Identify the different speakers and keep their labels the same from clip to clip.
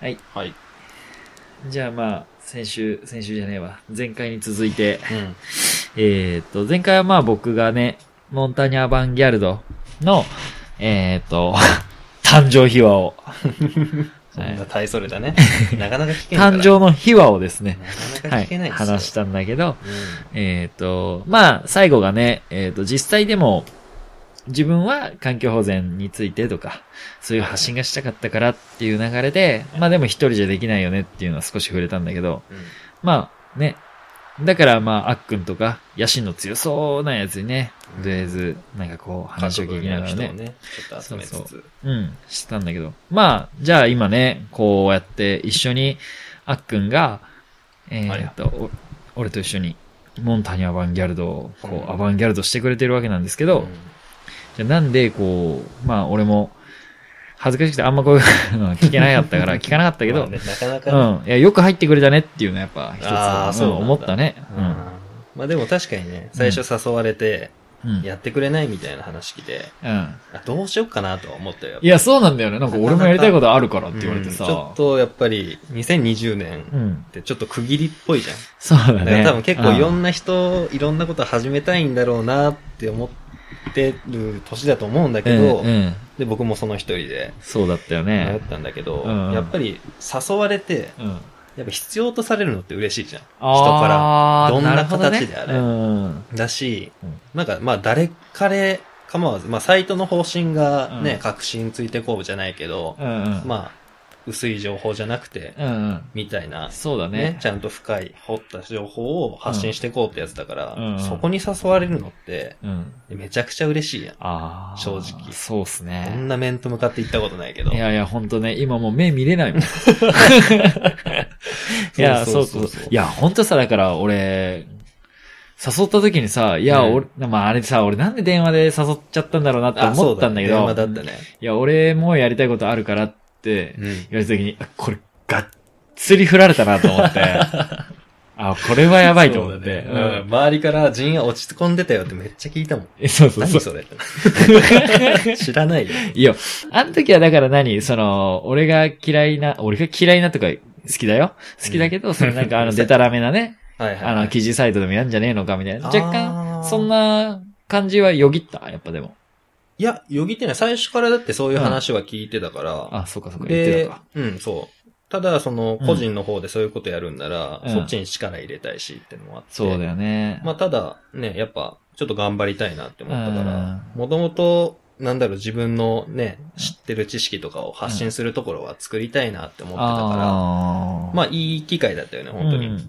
Speaker 1: はい。
Speaker 2: はい。
Speaker 1: じゃあまあ、先週、先週じゃねえわ。前回に続いて、
Speaker 2: うん。
Speaker 1: えーっと、前回はまあ僕がね、モンターニャ・アバンギャルドの、えーっと、 誕生秘話を、
Speaker 2: そんな大それ だね。なかなか聞けないから。
Speaker 1: 誕生の秘話をですね、
Speaker 2: なかなか
Speaker 1: は
Speaker 2: 聞けない
Speaker 1: い、
Speaker 2: ですよ
Speaker 1: 話し。たんだけど、
Speaker 2: うん。
Speaker 1: えーっと、まあ、最後がね、えーっと、実際でも、自分は環境保全についてとか、そういう発信がしたかったからっていう流れで、まあでも一人じゃできないよねっていうのは少し触れたんだけど、
Speaker 2: うん
Speaker 1: まあね、だからまあ、あっくんとか、野心の強そうなやつにね、
Speaker 2: うん
Speaker 1: とりあえず、なんかこう、話を聞
Speaker 2: 各分
Speaker 1: きな
Speaker 2: 野
Speaker 1: が
Speaker 2: の
Speaker 1: ら
Speaker 2: 人を
Speaker 1: ね。
Speaker 2: ね、ちょっと集めつ
Speaker 1: そう
Speaker 2: つ。
Speaker 1: うん、したんだけど。まあ、じゃあ今ね、こうやって一緒に、あっくんが、え
Speaker 2: はい
Speaker 1: ー、っと、お俺と一緒に、モンタニア・アバンギャルドを、こ
Speaker 2: うん
Speaker 1: う、アバンギャルドしてくれてるわけなんですけど、
Speaker 2: うん
Speaker 1: じゃあなんで、こう、まあ俺も、恥ずかしくてあんま こういうのは聞けなかったから、聞かなかったけ
Speaker 2: ま
Speaker 1: ど
Speaker 2: あ、ねなかなかね。
Speaker 1: うん。いや、よく入ってくれたねっていうのはやっぱ一つ、
Speaker 2: あーそうなん
Speaker 1: ん
Speaker 2: だ
Speaker 1: 思ったね。
Speaker 2: うんまあでも確かにね、最初誘われて、
Speaker 1: うん。うん。
Speaker 2: やってくれないみたいな話来て、
Speaker 1: うん。
Speaker 2: あどうしようかなとは思ったよ。
Speaker 1: いや、そうなんだよね。なんか俺もやりたいことあるからって言われて
Speaker 2: うんちょ
Speaker 1: さ
Speaker 2: っ。とやっぱり、2020
Speaker 1: う
Speaker 2: 年
Speaker 1: ん
Speaker 2: っ。てちょっと区切りっぽいじゃん。
Speaker 1: そうだ
Speaker 2: だから
Speaker 1: ね。
Speaker 2: 多分結構いろ
Speaker 1: うん
Speaker 2: な人、いろんなこと始めたいんだろうなって思ってる年だと思うんだけど、
Speaker 1: うんうん。
Speaker 2: で、僕もその一人で
Speaker 1: そうだったよ
Speaker 2: 迷っ
Speaker 1: ね。
Speaker 2: たんだけど、
Speaker 1: うんうん
Speaker 2: やっぱり誘われて、
Speaker 1: うん。
Speaker 2: やっぱ必要とされるのって嬉しいじゃん。人か
Speaker 1: あー
Speaker 2: どんな形
Speaker 1: るほね
Speaker 2: であれ
Speaker 1: うん。
Speaker 2: ら。だし
Speaker 1: うん、
Speaker 2: なんかまあ誰彼構わず、まあサイトの方針がね、
Speaker 1: うん
Speaker 2: 革新ついてこうじゃないけど、
Speaker 1: うんうん。
Speaker 2: まあ、薄い情報じゃなくて、
Speaker 1: あ、うんうん。
Speaker 2: みたいな、
Speaker 1: そうだ
Speaker 2: ね
Speaker 1: ね、。
Speaker 2: ちゃんと深い、掘った情報を発信していこうってやつだから、
Speaker 1: うんうん
Speaker 2: そこに誘われるのって、
Speaker 1: うん。
Speaker 2: めちゃくちゃ嬉しいやん。
Speaker 1: ああ。
Speaker 2: 正直
Speaker 1: そうっす
Speaker 2: こ
Speaker 1: ね
Speaker 2: ん。な面と向かって行ったことないけど。
Speaker 1: いやいや、ほんとね、今もう目見れない もん。いや、そうそうそう。いや、ほんとさ、だから俺、誘った時にさ、いや、
Speaker 2: うん
Speaker 1: 俺、まああれさ、俺なんで電話で誘っちゃったんだろうなって
Speaker 2: あ、そ
Speaker 1: 思
Speaker 2: う
Speaker 1: ったんだけど、
Speaker 2: 電話だったね。
Speaker 1: いや、俺もやりたいことあるからって
Speaker 2: うん。
Speaker 1: 言われた時に、あこれ、がっつり振られたなと思って、 あ、これはやばいと思って。
Speaker 2: そううだねうん
Speaker 1: ん
Speaker 2: 周りから陣が落ち込んでたよってめっちゃ聞いたもん。
Speaker 1: えそうそう
Speaker 2: 何
Speaker 1: そう。
Speaker 2: それって。 知らないよ。
Speaker 1: いや、あの時はだから何その、俺が嫌いな、俺が嫌いなとか好きだよ好きだけど、そのなんかあの、 デタラメなね、
Speaker 2: はいはい。
Speaker 1: あの、記事サイトでもやんじゃねえのかみたいな。
Speaker 2: あー
Speaker 1: 若干、そんな感じはよぎった、やっぱでも。
Speaker 2: いや、よぎってない。最初からだってそういう話は聞いてたから。
Speaker 1: あ、そうかそうか、言って
Speaker 2: で
Speaker 1: たか。、
Speaker 2: うん、そう。ただ、その、
Speaker 1: うん
Speaker 2: 個人の方でそういうことやるんなら、
Speaker 1: うん
Speaker 2: そっちに力入れたいしってのもあって。
Speaker 1: そうだよね。
Speaker 2: まあ、ただ、ね、やっぱ、ちょっと頑張りたいなって思ったから、
Speaker 1: う
Speaker 2: もともと、なんだろう、自分のね、知ってる知識とかを発信するところは作りたいなって思ってたか
Speaker 1: あ
Speaker 2: ら、
Speaker 1: ー
Speaker 2: まあ、いい機会だったよね、本当に。
Speaker 1: うん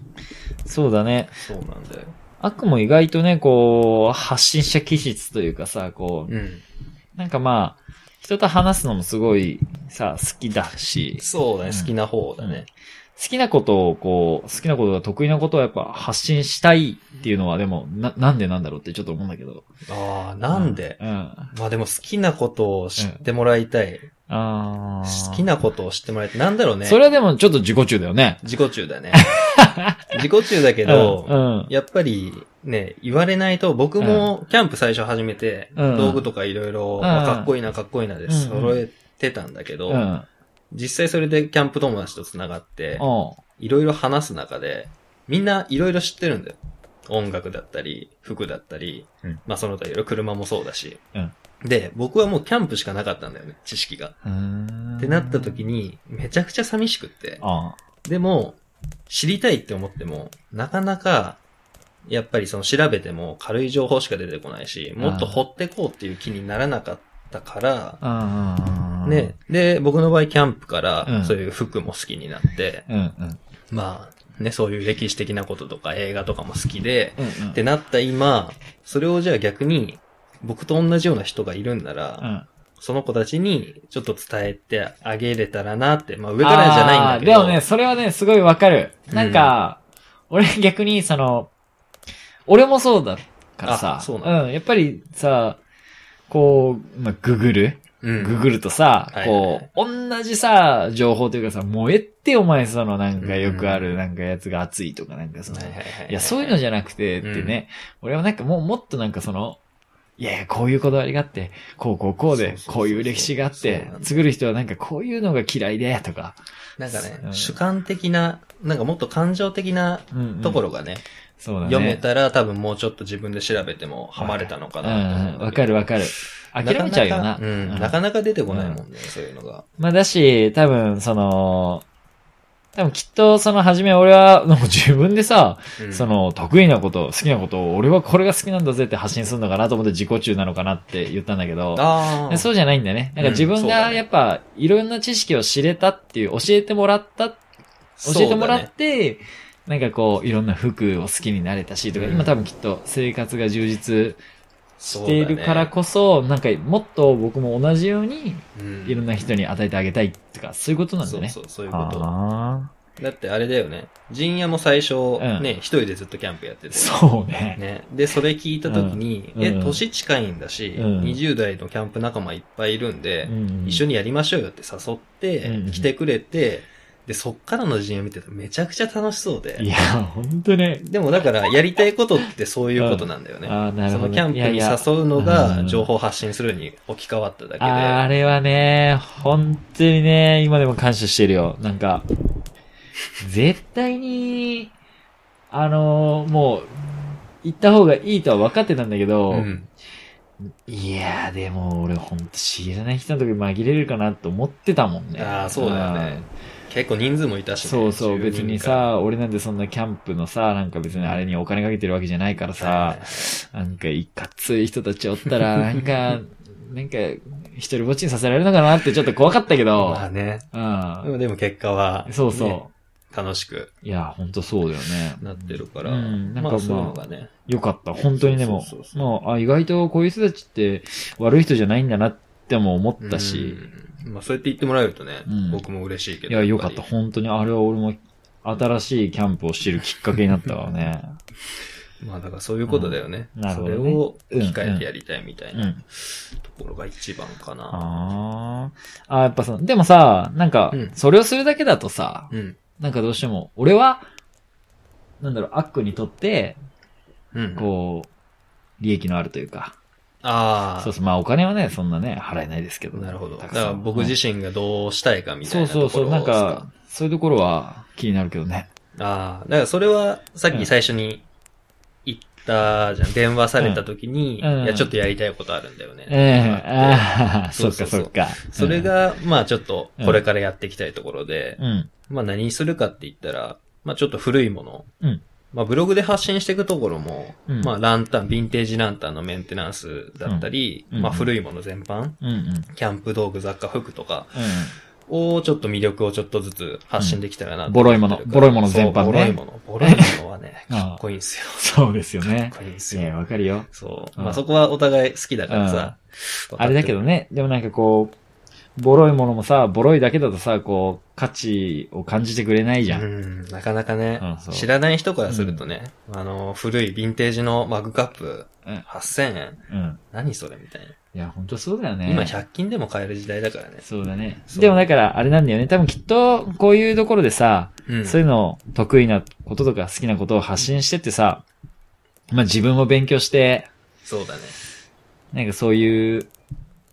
Speaker 1: そうだね。
Speaker 2: そうなんだよ。
Speaker 1: 悪も意外とね、こう、発信者気質というかさ、こう、
Speaker 2: うん。
Speaker 1: なんかまあ、人と話すのもすごいさ、好きだし、
Speaker 2: そうだね、
Speaker 1: うん
Speaker 2: 好きな方だね。
Speaker 1: 好きなことをこう、好きなことが得意なことをやっぱ発信したいっていうのはでも、な、なんでなんだろうってちょっと思うんだけど。
Speaker 2: ああ、なんで、
Speaker 1: うん。あ
Speaker 2: まあでも好きなことを知ってもらいたい。
Speaker 1: あー。
Speaker 2: 好きなことを知ってもらいたい。なんだろうね。
Speaker 1: それはでもちょっと自己中だよね。
Speaker 2: 自己中だ ね。自己中だけど、
Speaker 1: うん。うん
Speaker 2: やっぱりね、言われないと、僕もキャンプ最初始めて、
Speaker 1: うん
Speaker 2: 道具とかいろいろ、
Speaker 1: ん
Speaker 2: まあかっこいいなかっこいいなで
Speaker 1: うん
Speaker 2: 揃えてたんだけど、
Speaker 1: うん。
Speaker 2: 実際それでキャンプ友達と繋がって、
Speaker 1: おう
Speaker 2: いろいろ話す中で、みんないろいろ知ってるんだよ。音楽だったり、服だったり、
Speaker 1: うん
Speaker 2: まあその他いろいろ車もそうだし、
Speaker 1: うん
Speaker 2: で、僕はもうキャンプしかなかったんだよね、知識が。
Speaker 1: うーん。
Speaker 2: ってなった時に、めちゃくちゃ寂しくって。
Speaker 1: あ
Speaker 2: でも、知りたいって思っても、なかなか、やっぱりその調べても軽い情報しか出てこないし、もっと掘ってこうっていう気にならなかったから、
Speaker 1: あ。うん。
Speaker 2: ね、で、僕の場合キャンプか
Speaker 1: う
Speaker 2: ら、
Speaker 1: ん
Speaker 2: そういう服も好きになって、
Speaker 1: うんうん。
Speaker 2: まあ、ね、そういう歴史的なこととか映画とかも好きで、
Speaker 1: うんうん。
Speaker 2: ってなった今、それをじゃあ逆に、僕と同じような人がいるんなら、
Speaker 1: うん。
Speaker 2: その子たちにちょっと伝えてあげれたらなって、まあ上からじゃないんだけど。
Speaker 1: あーでもね、それはね、すごいわかる。なんか、俺逆に、その、俺もそうだからさ
Speaker 2: あ、そうなんだ
Speaker 1: ん、やっぱりさ、こう、まあ、ググる
Speaker 2: うん、
Speaker 1: ググるとさ、
Speaker 2: はい
Speaker 1: こう、同じさ、情報というかさ、燃えってお前そのなんかよくあ
Speaker 2: う
Speaker 1: る
Speaker 2: ん
Speaker 1: なんかやつが熱いとかなんかその、
Speaker 2: はいはいはいはい
Speaker 1: いや、そういうのじゃなくてってね、俺はなんかもうもっとなんかその、いやいや、こういうこだわりがあって、こうこうこうで
Speaker 2: そうそうそう、そう
Speaker 1: こういう歴史があっ
Speaker 2: そう
Speaker 1: て
Speaker 2: なん、だ
Speaker 1: つぐる人はなんかこういうのが嫌いで、とか。
Speaker 2: なんかね
Speaker 1: う、ん
Speaker 2: 主観的な、なんかもっと感情的な
Speaker 1: うんうん
Speaker 2: ところがね、
Speaker 1: そうだね。
Speaker 2: 読めたら多分もうちょっと自分で調べてもハマれたのか
Speaker 1: うん
Speaker 2: な
Speaker 1: うん。わかるわかる。諦めちゃうよな。
Speaker 2: うん、
Speaker 1: うん
Speaker 2: なかなか出てこないもんね、そういうのが。
Speaker 1: まあだし、多分、その、多分きっと、その、初め俺は、なんか自分でさ、
Speaker 2: うん
Speaker 1: そ、の、得意なこと、好きなことを、俺はこれが好きなんだぜって発信するのかなと思って自己中なのかなって言ったんだけど、
Speaker 2: ああ。
Speaker 1: そうじゃないんだよね。なんか自
Speaker 2: うんそ
Speaker 1: 分
Speaker 2: うだ
Speaker 1: が、
Speaker 2: ね
Speaker 1: やっぱ、いろんな知識を知れたっていう、教えてもらった、教えてもら
Speaker 2: そうだ
Speaker 1: っ
Speaker 2: ね
Speaker 1: て、なんかこう、いろんな服を好きになれたし、とか、
Speaker 2: うん
Speaker 1: 今多分きっと生活が充実しているからこそ、なんかもっと僕も同じように、
Speaker 2: そうだねうん
Speaker 1: いろんな人に与えてあげたいとか、そういうことなんだね。
Speaker 2: そううそう、そういうこと。
Speaker 1: あ
Speaker 2: だってあれだよね。陣屋も最初、
Speaker 1: ん
Speaker 2: ね、一人でずっとキャンプやって
Speaker 1: ー
Speaker 2: て。
Speaker 1: そうね。
Speaker 2: ね。で、それ聞いた時に、
Speaker 1: うん
Speaker 2: え、
Speaker 1: うん
Speaker 2: 年近いんだし、
Speaker 1: うん
Speaker 2: 20代のキャンプ仲間いっぱいいるんで、一緒
Speaker 1: に。
Speaker 2: にやりましょうよって誘って、
Speaker 1: うん
Speaker 2: 来てくれて、で、そっからの陣屋見てたらめちゃくちゃ楽しそう
Speaker 1: い
Speaker 2: で。
Speaker 1: や、ほんとね。
Speaker 2: でもだから、やりたいことってそういうことなんだよね。
Speaker 1: ああ、なる
Speaker 2: そ
Speaker 1: ほ
Speaker 2: の
Speaker 1: ど。
Speaker 2: キャンプに
Speaker 1: いやいや
Speaker 2: 誘うの
Speaker 1: う
Speaker 2: が
Speaker 1: ん
Speaker 2: 情報発信するに置き換わっただけで。
Speaker 1: あーあれはね、本当にね、今でも感謝してるよ。なんか、絶対に、あのーもう、行った方がいいとは分かってたんだけど、
Speaker 2: うん。
Speaker 1: いやー、でも俺ほんと知らない人の時紛れるかなと思ってたもんね。
Speaker 2: あーそうだよね結構人数もいたしね、
Speaker 1: そうそう、
Speaker 2: 10
Speaker 1: 別にさ、俺なんてそんなキャンプのさ、なんか別にあれにお金かけてるわけじゃないから
Speaker 2: 人か
Speaker 1: さ、なんかいかつい人たちおったら、なんか、なんか、一人ぼっちにさせられるのかなってちょっと怖かったけど、
Speaker 2: まあね。
Speaker 1: う
Speaker 2: でも結果は、
Speaker 1: ん。そうそう。
Speaker 2: ね楽しく
Speaker 1: いや、ほんとそうだよね。
Speaker 2: なってるから、
Speaker 1: うんなんか
Speaker 2: ま
Speaker 1: まあ
Speaker 2: あそういうのがね。
Speaker 1: よかった。本当にでも
Speaker 2: そうそう、そう
Speaker 1: もう、あ、意外とこういう人たちって悪い人じゃないんだなっても思ったし、
Speaker 2: うん、まあそうやって言ってもらえるとね、
Speaker 1: うん
Speaker 2: 僕も嬉しいけ
Speaker 1: い
Speaker 2: ど。
Speaker 1: や、よ
Speaker 2: 良
Speaker 1: かった。本当に、あれは俺も新しいキャンプを知るきっかけになったからね。
Speaker 2: まあだからそういうことだよね。
Speaker 1: うんなるほどね。
Speaker 2: それを機械でやりたいみたいうなんところが一番かな。
Speaker 1: あーあー、やっぱその、でもさ、なんか
Speaker 2: うん、
Speaker 1: それをするだけだとさ、
Speaker 2: うん。
Speaker 1: なんかどうしても、俺は、なんだろう、アックにとって、
Speaker 2: うん。
Speaker 1: こう、利益のあるというか、
Speaker 2: ああ。
Speaker 1: そうそう、まあお金はね、そんなね、払えないですけど。
Speaker 2: なるほど。
Speaker 1: た
Speaker 2: だ
Speaker 1: く
Speaker 2: か
Speaker 1: さん
Speaker 2: ら僕自身がどうしたいかみたい
Speaker 1: そう
Speaker 2: なとこ
Speaker 1: そ
Speaker 2: ろ
Speaker 1: う
Speaker 2: ですか。
Speaker 1: そう、なんか、そういうところは気になるけどね。
Speaker 2: ああ、だからそれはさっ
Speaker 1: うん
Speaker 2: き最初に言ったじゃん。電話された時に、
Speaker 1: うん
Speaker 2: いや、ちょっとやりたいことあるんだよね。
Speaker 1: うん、ああ、 そ
Speaker 2: そ
Speaker 1: っか
Speaker 2: うそうそ
Speaker 1: そうっか。
Speaker 2: それが、まあちょっと
Speaker 1: うん
Speaker 2: これからやっていきたいところで、
Speaker 1: うん、
Speaker 2: まあ何にするかって言ったら、まあちょっと古いもの。
Speaker 1: うん
Speaker 2: まあブログで発信していくところも、
Speaker 1: うん
Speaker 2: まあランタン、ヴィンテージランタンのメンテナンスだったり、
Speaker 1: うん
Speaker 2: まあ
Speaker 1: うん
Speaker 2: 古いもの全般、
Speaker 1: うん、うん、うん、うん。
Speaker 2: キャンプ道具、雑貨、服とか、をちょっと魅力をちょっとずつ発信できたらなと
Speaker 1: ボロいも
Speaker 2: 思
Speaker 1: の
Speaker 2: ってる
Speaker 1: ボ
Speaker 2: から
Speaker 1: ロいもの全般ね、
Speaker 2: そうボロいもの。ボロいものはね
Speaker 1: ああ
Speaker 2: かっこいいんすよ。
Speaker 1: そうですよね
Speaker 2: か。っこいいんす
Speaker 1: ええ、
Speaker 2: よ。
Speaker 1: わかるよ。
Speaker 2: そ
Speaker 1: う
Speaker 2: う。
Speaker 1: ん
Speaker 2: まあそこはお互い好きだからさ。わか
Speaker 1: あ
Speaker 2: って
Speaker 1: れ
Speaker 2: る
Speaker 1: だけど。ね、でもなんかこう、ボロいものもさ、ボロいだけだとさ、こう、価値を感じてくれないじ
Speaker 2: う
Speaker 1: ゃん。
Speaker 2: ん、なかなかね
Speaker 1: うんそう、
Speaker 2: 知らない人からするとね、あの、古いヴィンテージのマグカップ、
Speaker 1: うん
Speaker 2: 8000円
Speaker 1: うん。
Speaker 2: 何それみたいな。
Speaker 1: いや、ほんとそうだよね。
Speaker 2: 今100均でも買える時代だからね。
Speaker 1: そうだね。
Speaker 2: そう
Speaker 1: でもだから、あれなんだよね。多分きっと、こういうところでさ、
Speaker 2: うん。
Speaker 1: そういうのを得意なこととか好きなことを発信してってさ、まあ自分も勉強して、
Speaker 2: そうだね。
Speaker 1: なんかそういう、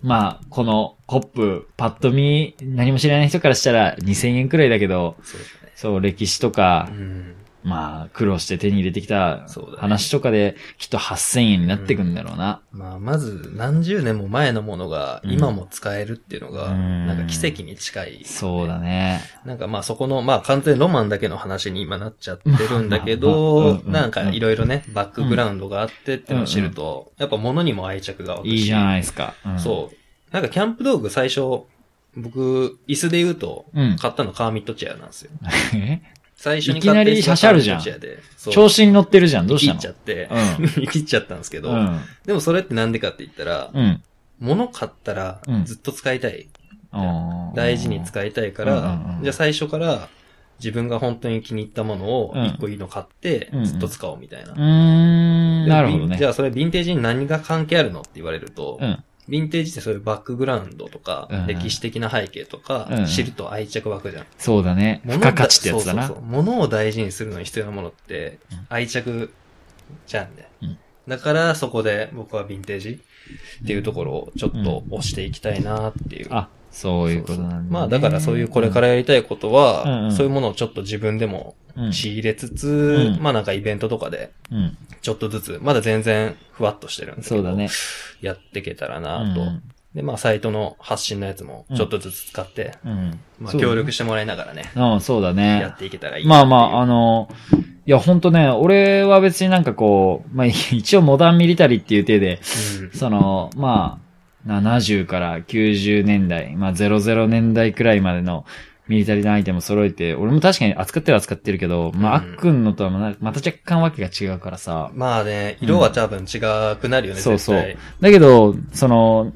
Speaker 1: まあ、このコップ、パッと見、何も知らない人からしたら2000円くらいだけど、
Speaker 2: そうだね。
Speaker 1: そう、歴史とか
Speaker 2: う、ん。
Speaker 1: まあ、苦労して手に入れてきた
Speaker 2: そうだね
Speaker 1: 話とかで、きっと8000円になってくんだろうな。
Speaker 2: まあ、まず何十年も前のものが
Speaker 1: うん
Speaker 2: 今も使えるっていうのが、
Speaker 1: うん
Speaker 2: なんか奇跡に近い、
Speaker 1: そうだ。ね。
Speaker 2: なんかまあそこの、まあ完全にロマンだけの話に今なっちゃってるんだ け
Speaker 1: まあまあ
Speaker 2: ど
Speaker 1: ま、あうん
Speaker 2: なんかいろいろね、バックグラウンドがあってっていうのを知ると、やっぱ物にも愛着が湧く
Speaker 1: い
Speaker 2: し。
Speaker 1: いじゃないですか。うん、
Speaker 2: そう。なんかキャンプ道具最初、僕、椅子で言うと、
Speaker 1: うん
Speaker 2: 買ったのカーミットチェアなんですよ。
Speaker 1: え
Speaker 2: 最初に買った
Speaker 1: いきなり
Speaker 2: 椅子が
Speaker 1: シャシャるじゃん
Speaker 2: カーミットチェアで。 そう
Speaker 1: 調子に乗ってるじゃん。どうした
Speaker 2: 見切っちゃ
Speaker 1: の
Speaker 2: って、
Speaker 1: う
Speaker 2: 見切っちゃったんですけど、
Speaker 1: うん。
Speaker 2: でもそれってなんでかって言ったら、
Speaker 1: うん。
Speaker 2: 物買ったら
Speaker 1: うん
Speaker 2: ずっと使いたい。
Speaker 1: あー
Speaker 2: 大事に使いたいか
Speaker 1: うんうん
Speaker 2: ら
Speaker 1: う、ん
Speaker 2: じゃあ最初から自分が本当に気に入ったものを
Speaker 1: うん
Speaker 2: 一個いいの買って
Speaker 1: うんうん
Speaker 2: ずっと使おうみたいな。
Speaker 1: うーん、
Speaker 2: で
Speaker 1: なるほど
Speaker 2: ビンじ
Speaker 1: ね。
Speaker 2: ゃあそれヴィンテージに何が関係あるのって言われると
Speaker 1: う、ん。
Speaker 2: ヴィンテージってそういうバックグラウンドとか
Speaker 1: うんうん、
Speaker 2: 歴史的な背景と
Speaker 1: うんう
Speaker 2: か
Speaker 1: ん
Speaker 2: 知ると愛着湧くじゃん。
Speaker 1: そうだね。付
Speaker 2: 物を
Speaker 1: 加価値ってやつだな。
Speaker 2: そうそうそう物を大事にするのに必要なものって
Speaker 1: うん
Speaker 2: 愛着じゃんね
Speaker 1: うん。
Speaker 2: だから、そこで僕はヴィンテージっていうところをちょっと押していきたいなっていう。
Speaker 1: あ、そういうことなんだ、ね。
Speaker 2: まあ、だからそういうこれからやりたいことは、
Speaker 1: うんうん
Speaker 2: そういうものをちょっと自分でも
Speaker 1: うん、
Speaker 2: 仕入れつつ、
Speaker 1: うん
Speaker 2: まあなんかイベントとかで、
Speaker 1: うん。
Speaker 2: ちょっとずつ、まだ全然ふわっとしてるんですけ
Speaker 1: そ
Speaker 2: ど、
Speaker 1: うだね。
Speaker 2: やっていけたらなと、
Speaker 1: うん
Speaker 2: で、まあサイトの発信のやつもちょっとずつ使って、
Speaker 1: うん。
Speaker 2: まあ
Speaker 1: そうだね
Speaker 2: 協力してもらいながらね、
Speaker 1: うん、そうだね。
Speaker 2: やっていけたらいい
Speaker 1: まあまあ、あ
Speaker 2: あ、
Speaker 1: の、いや、ほんとね、俺は別になんかこう、まあ、 一応モダンミリタリーっていう体で、
Speaker 2: うん
Speaker 1: その、まあ、70から90年代、まあ、00年代くらいまでのミリタリーのアイテムを揃えて、俺も確かに扱ってるは扱ってるけど、まあ、あ
Speaker 2: うん
Speaker 1: っくんのとはまたまた若干わけが違うからさ。
Speaker 2: まあね、色は多分違くなるよね、
Speaker 1: そう
Speaker 2: 絶
Speaker 1: そう
Speaker 2: 対。
Speaker 1: だけど、その、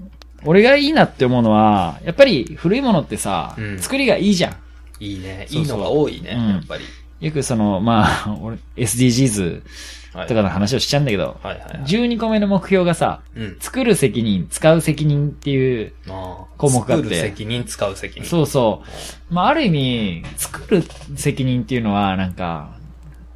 Speaker 1: 俺がいいなって思うのは、やっぱり古いものってさ、
Speaker 2: うん
Speaker 1: 作りがいいじゃん。
Speaker 2: いいね。
Speaker 1: そ
Speaker 2: いうい
Speaker 1: そう
Speaker 2: のが多いね、
Speaker 1: うん
Speaker 2: やっぱり。
Speaker 1: よくその、まあ、俺、SDGs
Speaker 2: はい
Speaker 1: とかの話をしちゃうんだけど、
Speaker 2: はいはいはい。
Speaker 1: 12個目の目標がさ、
Speaker 2: うん。
Speaker 1: 作る責任、使う責任っていう、
Speaker 2: ああ
Speaker 1: 項目があって
Speaker 2: 作る責任、使う責任。
Speaker 1: そうそう。まあ、ある意味、作る責任っていうのは、なんか、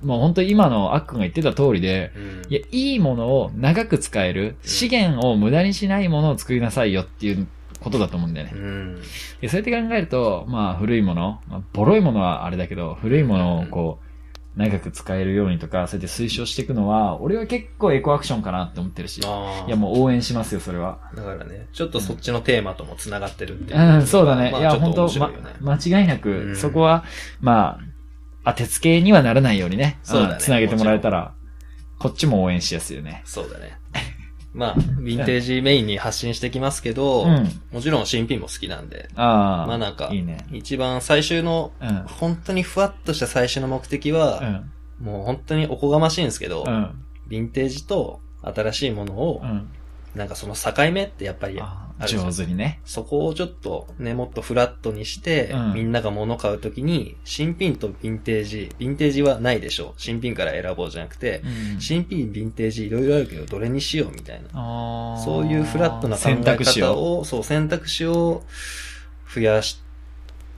Speaker 1: もう本当今のあっくんが言ってた通りで、
Speaker 2: うん。
Speaker 1: いや、いいものを長く使える、資源を無駄にしないものを作りなさいよっていうことだと思うんだよね
Speaker 2: う。ん。
Speaker 1: でそうやって考えると、まあ、古いもの、まあ、ボロいものはあれだけど、古いものをこう、長く使えるようにとか、そうやって推奨していくのは、俺は結構エコアクションかなって思ってるし、い
Speaker 2: ああ。
Speaker 1: や、もう応援しますよ、それは。
Speaker 2: だからね、ちょっとそっちのテーマとも繋がってるっていう。
Speaker 1: うん、そうだね。
Speaker 2: まあ
Speaker 1: いや、
Speaker 2: ちょ
Speaker 1: 本
Speaker 2: っと
Speaker 1: 当
Speaker 2: 面白いよね
Speaker 1: ま、間違いな
Speaker 2: う
Speaker 1: く、
Speaker 2: ん
Speaker 1: そこは、まあ、当てつけにはならないようにね、
Speaker 2: そうだね
Speaker 1: んつなげてもらえたら、こっちも応援しやすいよね。
Speaker 2: そうだね。まあ、ヴィンテージメインに発信してきますけど、
Speaker 1: うん。
Speaker 2: もちろん新品も好きなんで、
Speaker 1: ああ。
Speaker 2: まあなんか
Speaker 1: いいね。
Speaker 2: 一番最終の、
Speaker 1: うん。うん。
Speaker 2: 本当にふわっとした最終の目的
Speaker 1: う
Speaker 2: は、
Speaker 1: ん。
Speaker 2: もう本当におこがましいんですけど、
Speaker 1: うん。
Speaker 2: ヴィンテージと新しいものを
Speaker 1: う、ん。
Speaker 2: なんかその境目ってやっぱり、
Speaker 1: あ
Speaker 2: あるじゃん
Speaker 1: 上手にね。
Speaker 2: そこをちょっとね、もっとフラットにして、
Speaker 1: うん
Speaker 2: みんなが物買うときに、新品とヴィンテージ、ヴィンテージはないでしょう。新品から選ぼうじゃなくて、
Speaker 1: うん
Speaker 2: 新品、ヴィンテージいろいろあるけど、どれにしようみたいな。
Speaker 1: あー
Speaker 2: そういうフラットな考
Speaker 1: 選択
Speaker 2: え
Speaker 1: 肢
Speaker 2: 方
Speaker 1: を。
Speaker 2: を、そう、選択肢を増やし、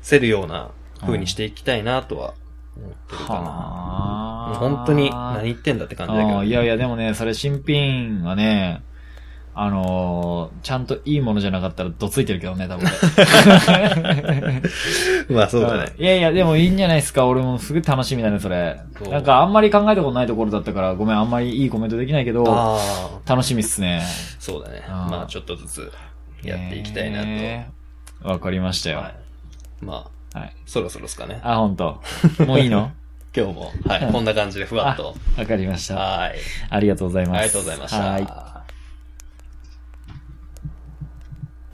Speaker 2: せるような風にしていきたいなとは思ってるかな。もう
Speaker 1: は
Speaker 2: 本当に何言ってんだって感じだけ
Speaker 1: あ
Speaker 2: ど。
Speaker 1: ーいやいや、でもね、それ新品はね、あのーちゃんといいものじゃなかったらどついてるけどね、多分。
Speaker 2: まあ そうだね。
Speaker 1: いやいや、でもいいんじゃないですか。俺もすぐ楽しみだね、それ
Speaker 2: そ。う
Speaker 1: なんかあんまり考えたことないところだったから、ごめん、あんまりいいコメントできないけど、
Speaker 2: ああ、
Speaker 1: 楽しみっすね。
Speaker 2: そうだね。
Speaker 1: あー
Speaker 2: まあちょっとずつやっていきたいなと。
Speaker 1: ねーわかりましたよ。
Speaker 2: はい、まあ、
Speaker 1: はい
Speaker 2: そろそろですかね。
Speaker 1: あ、ほんと。もういい の
Speaker 2: 今日も、は
Speaker 1: はい
Speaker 2: い、こんな感じでふわっと。
Speaker 1: わかりました。
Speaker 2: はい。
Speaker 1: ありがとうございます。
Speaker 2: ありがとうございまし
Speaker 1: はい
Speaker 2: た。